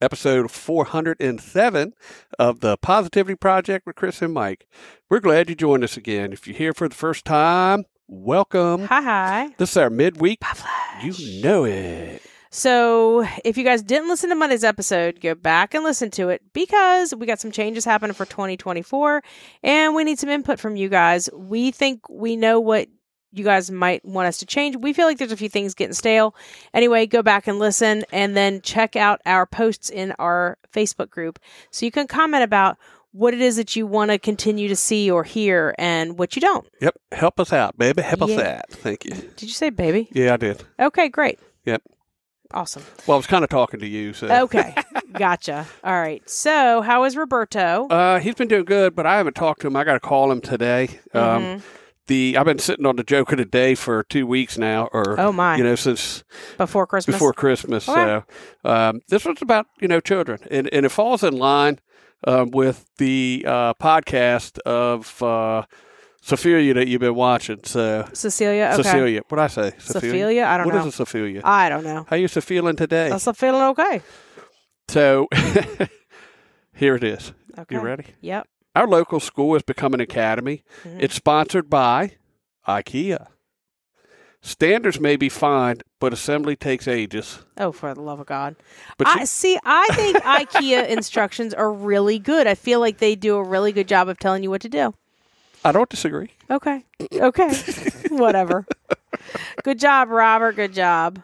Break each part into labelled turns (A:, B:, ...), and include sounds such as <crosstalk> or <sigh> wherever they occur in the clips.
A: episode 407 of the Positivity Project with Chris and Mike. We're glad you joined us again. If you're here for the first time, welcome.
B: Hi, hi.
A: This is our midweek.
B: Backlash.
A: You know it.
B: So, if you guys didn't listen to Monday's episode, go back and listen to it because we got some changes happening for 2024 and we need some input from you guys. We think we know what you guys might want us to change. We feel like there's a few things getting stale. Anyway, go back and listen and then check out our posts in our Facebook group so you can comment about what it is that you want to continue to see or hear and what you don't.
A: Yep. Help us out, baby. Help us
B: Yeah.
A: out. Thank you.
B: Did you say baby?
A: Yeah, I did.
B: Okay, great.
A: Yep.
B: Awesome.
A: Well, I was kind of talking to you. So. <laughs>
B: Okay. gotcha. All right. So, how is Roberto?
A: Uh, he's been doing good, but I haven't talked to him. I got to call him today. Um,
B: Mhm.
A: the I've been sitting on the joke of the day for two weeks now, or
B: oh my.
A: you know, since
B: before Christmas.
A: before Christmas.
B: Okay.
A: So um, this was about you know children, and and it falls in line um, with the uh, podcast of uh, Sophia that you've been watching. So
B: Cecilia. Okay.
A: Cecilia, what I say,
B: Sophia? I don't
A: What
B: know.
A: is a Sophia?
B: I don't know.
A: How you so feeling today?
B: I'm still feeling okay.
A: so <laughs> here it is.
B: Okay.
A: You ready?
B: Yep.
A: Our local school has become an academy.
B: Mhm.
A: It's sponsored by IKEA. Standards may be fine, but assembly takes ages.
B: Oh, for the love of God.
A: But
B: I
A: you-
B: see. I
A: <laughs>
B: think IKEA instructions are really good. I feel like they do a really good job of telling you what to do.
A: I don't disagree.
B: Okay. Okay. <laughs> Whatever. Good job, Robert. Good job.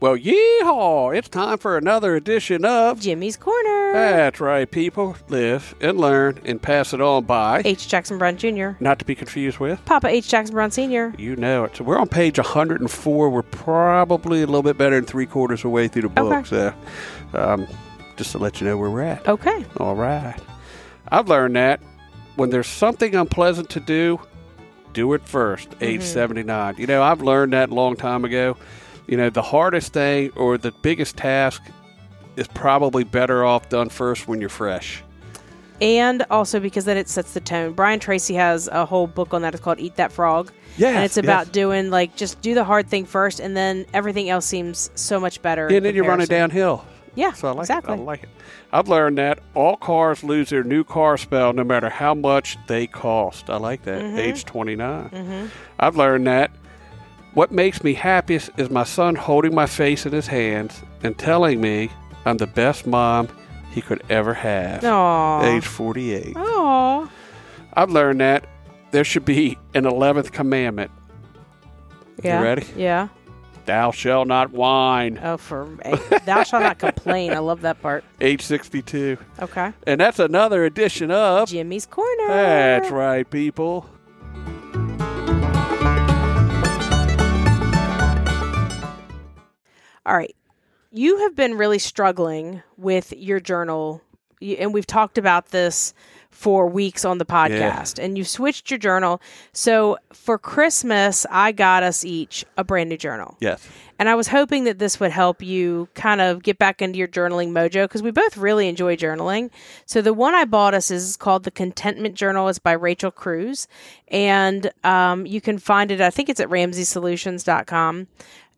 A: Well, yeehaw! It's time for another edition of.
B: Jimmy's Corner.
A: That's right, people. Live and learn and pass it on by.
B: H. Jackson Brown Jr.
A: Not to be confused with.
B: Papa H. Jackson Brown Sr.
A: You know it. So we're on page 104. We're probably a little bit better than three quarters of the way through the book.
B: Okay.
A: So, um, just to let you know where we're at.
B: Okay.
A: All right. I've learned that when there's something unpleasant to do, do it 1st age 79. You know, I've learned that a long time ago. You know, the hardest thing or the biggest task is probably better off done first when you're fresh.
B: and also because then it sets the tone. Brian Tracy has a whole book on that. It's called Eat That Frog.
A: Yes,
B: and it's
A: yes.
B: about doing like just do the hard thing first, and then everything else seems so much better. in
A: and then you're running
B: comparison.
A: downhill.
B: Yeah,
A: So I like
B: exactly.
A: it. I like it. I've learned that all cars lose their new car spell no matter how much they cost. I like that.
B: Mm-hmm.
A: Age 29. I've learned that what makes me happiest is my son holding my face in his hands and telling me I'm the best mom he could ever have.
B: Aw.
A: Age 48.
B: Aw.
A: I've learned that there should be an 11th commandment.
B: Yeah.
A: ready?
B: Yeah.
A: Thou shalt not whine.
B: Oh, for thou shalt not complain. I love that part.
A: Age 62.
B: Okay.
A: And that's another edition of
B: Jimmy's corner.
A: That's right, people.
B: All right. You have been really struggling with your journal, y- and we've talked about this for weeks on the podcast, and you switched your journal. So for Christmas, I got us each a brand new journal.
A: Yes.
B: And I was hoping that this would help you kind of get back into your journaling mojo because we both really enjoy journaling. So the one I bought us is called the Contentment Journal. It's by Rachel Cruz, and um, you can find it. I think it's at RamseySolutions.com.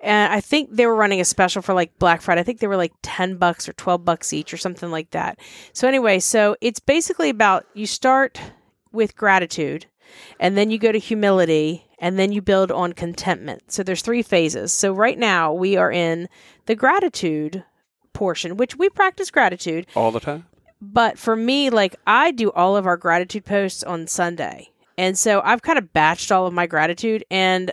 B: And I think they were running a special for like Black Friday. I think they were like 10 bucks or 12 bucks each or something like that. So, anyway, so it's basically about you start with gratitude and then you go to humility and then you build on contentment so there's three phases so right now we are in the gratitude portion which we practice gratitude
A: All the time?
B: but for me like i do all of our gratitude posts on sunday and so i've kind of batched all of my gratitude and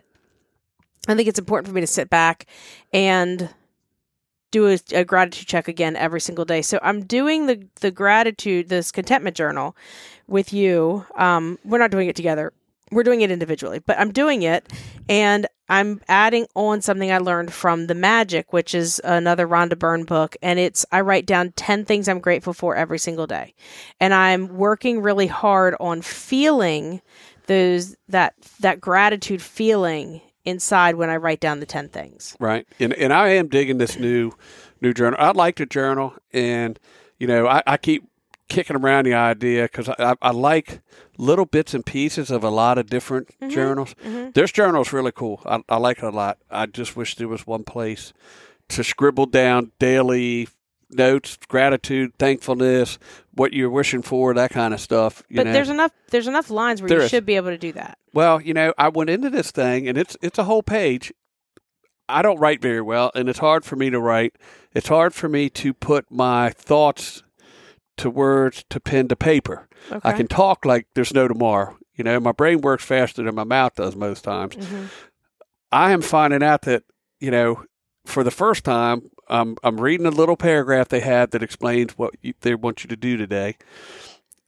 B: i think it's important for me to sit back and do a, a gratitude check again every single day so i'm doing the the gratitude this contentment journal with you um we're not doing it together we're doing it individually, but I'm doing it and I'm adding on something I learned from The Magic, which is another Rhonda Byrne book. And it's I write down 10 things I'm grateful for every single day. And I'm working really hard on feeling those that that gratitude feeling inside when I write down the 10 things.
A: Right. And and I am digging this new new journal. I like to journal, and you know, I, I keep kicking around the idea because I, I, I like little bits and pieces of a lot of different
B: Mm-hmm.
A: journals. This journal is really cool. I, I like it a lot. I just wish there was one place to scribble down daily notes, gratitude, thankfulness, what you're wishing for, that kind of stuff. You
B: But
A: know?
B: there's enough there's enough lines where
A: There
B: you
A: is.
B: should be able to do that.
A: Well, you know, I went into this thing and it's it's a whole page. I don't write very well and it's hard for me to write. It's hard for me to put my thoughts to words to pen to paper. I
B: Okay.
A: can talk like there's no tomorrow. You know, my brain works faster than my mouth does most times.
B: Mm-hmm.
A: I am finding out that, you know, for the first time, um, I'm reading a little paragraph they had that explains what you, they want you to do today.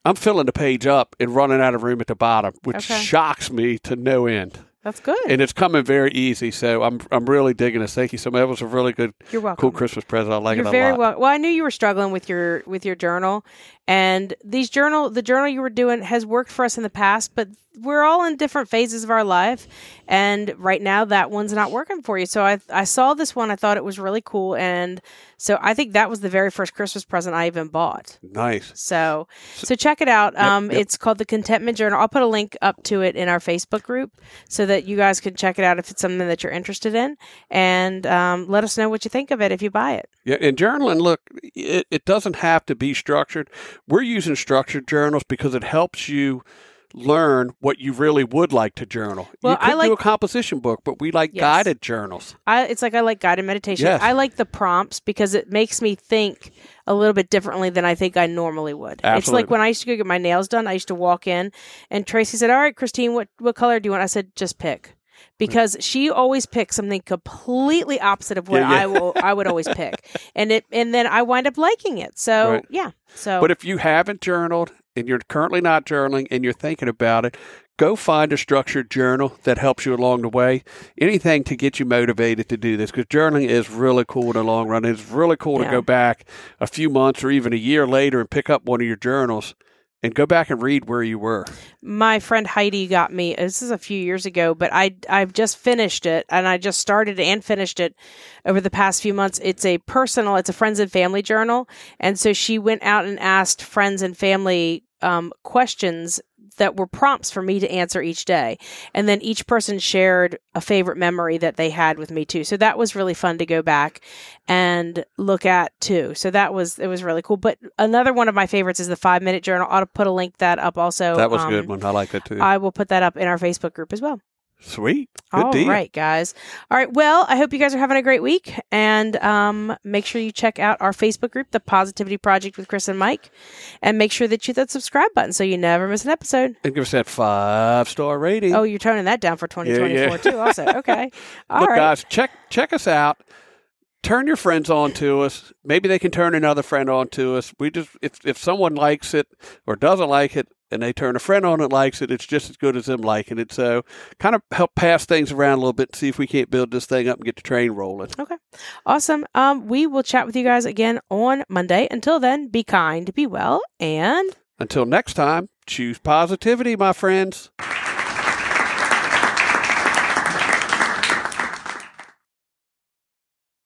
A: I'm filling the page up and running out of room at the bottom, which
B: Okay.
A: shocks me to no end.
B: That's good.
A: And it's coming very easy, so I'm I'm really digging this. Thank you so much. That was a really good,
B: You're welcome.
A: cool Christmas present. I like
B: You're
A: it a
B: very
A: lot.
B: well. Well, I knew you were struggling with your with your journal, and these journal the journal you were doing has worked for us in the past, but we're all in different phases of our life, and right now that one's not working for you. So I I saw this one, I thought it was really cool, and so I think that was the very first Christmas present I even bought.
A: Nice.
B: So, so check it out. Um, It's called the Contentment Journal. I'll put a link up to it in our Facebook group so that you guys can check it out if it's something that you're interested in, and um, let us know what you think of it if you buy it.
A: Yeah, and journaling, look, it, it doesn't have to be structured. We're using structured journals because it helps you learn what you really would like to journal.
B: Well,
A: you could
B: I like-
A: do a composition book, but we like
B: Yes.
A: guided journals.
B: I, it's like I like guided meditation.
A: Yes.
B: I like the prompts because it makes me think a little bit differently than I think I normally would. It's
A: Absolutely.
B: like when I used to go get my nails done, I used to walk in and Tracy said, All right, Christine, what, what color do you want? I said, Just pick. Because she always picks something completely opposite of what
A: Yeah, yeah.
B: I will I would
A: <laughs>
B: always pick. And it and then I wind up liking it. So
A: Right.
B: yeah. So
A: But if you haven't journaled and you're currently not journaling and you're thinking about it, go find a structured journal that helps you along the way. Anything to get you motivated to do this because journaling is really cool in the long run. It's really cool to
B: Yeah.
A: go back a few months or even a year later and pick up one of your journals and go back and read where you were.
B: my friend Heidi got me. uh, This is a few years ago, but I I've just finished it, and I just started and finished it over the past few months. It's a personal, it's a friends and family journal, and so she went out and asked friends and family um, questions that were prompts for me to answer each day, and then each person shared a favorite memory that they had with me too. So that was really fun to go back and look at too. So that was it was really cool. But another one of my favorites is the five minute journal. I'll put a link that up also.
A: That was a
B: um,
A: good one. I like that too.
B: I will put that up in our Facebook group as well.
A: Sweet. Good
B: All right,
A: deal.
B: guys. All right. Well, I hope you guys are having a great week, and um, make sure you check out our Facebook group, The Positivity Project with Chris and Mike, and make sure that you hit that subscribe button so you never miss an episode.
A: And give us that five star rating.
B: Oh, you're toning that down for 2024
A: yeah. <laughs>
B: too. Also, okay. All
A: Look,
B: right.
A: guys, check check us out. Turn your friends on to us. Maybe they can turn another friend on to us. We just if if someone likes it or doesn't like it and they turn a friend on that likes it, it's just as good as them liking it. So kind of help pass things around a little bit and see if we can't build this thing up and get the train rolling.
B: Okay. Awesome. Um, we will chat with you guys again on Monday. Until then, be kind, be well, and.
A: Until next time, choose positivity, my friends.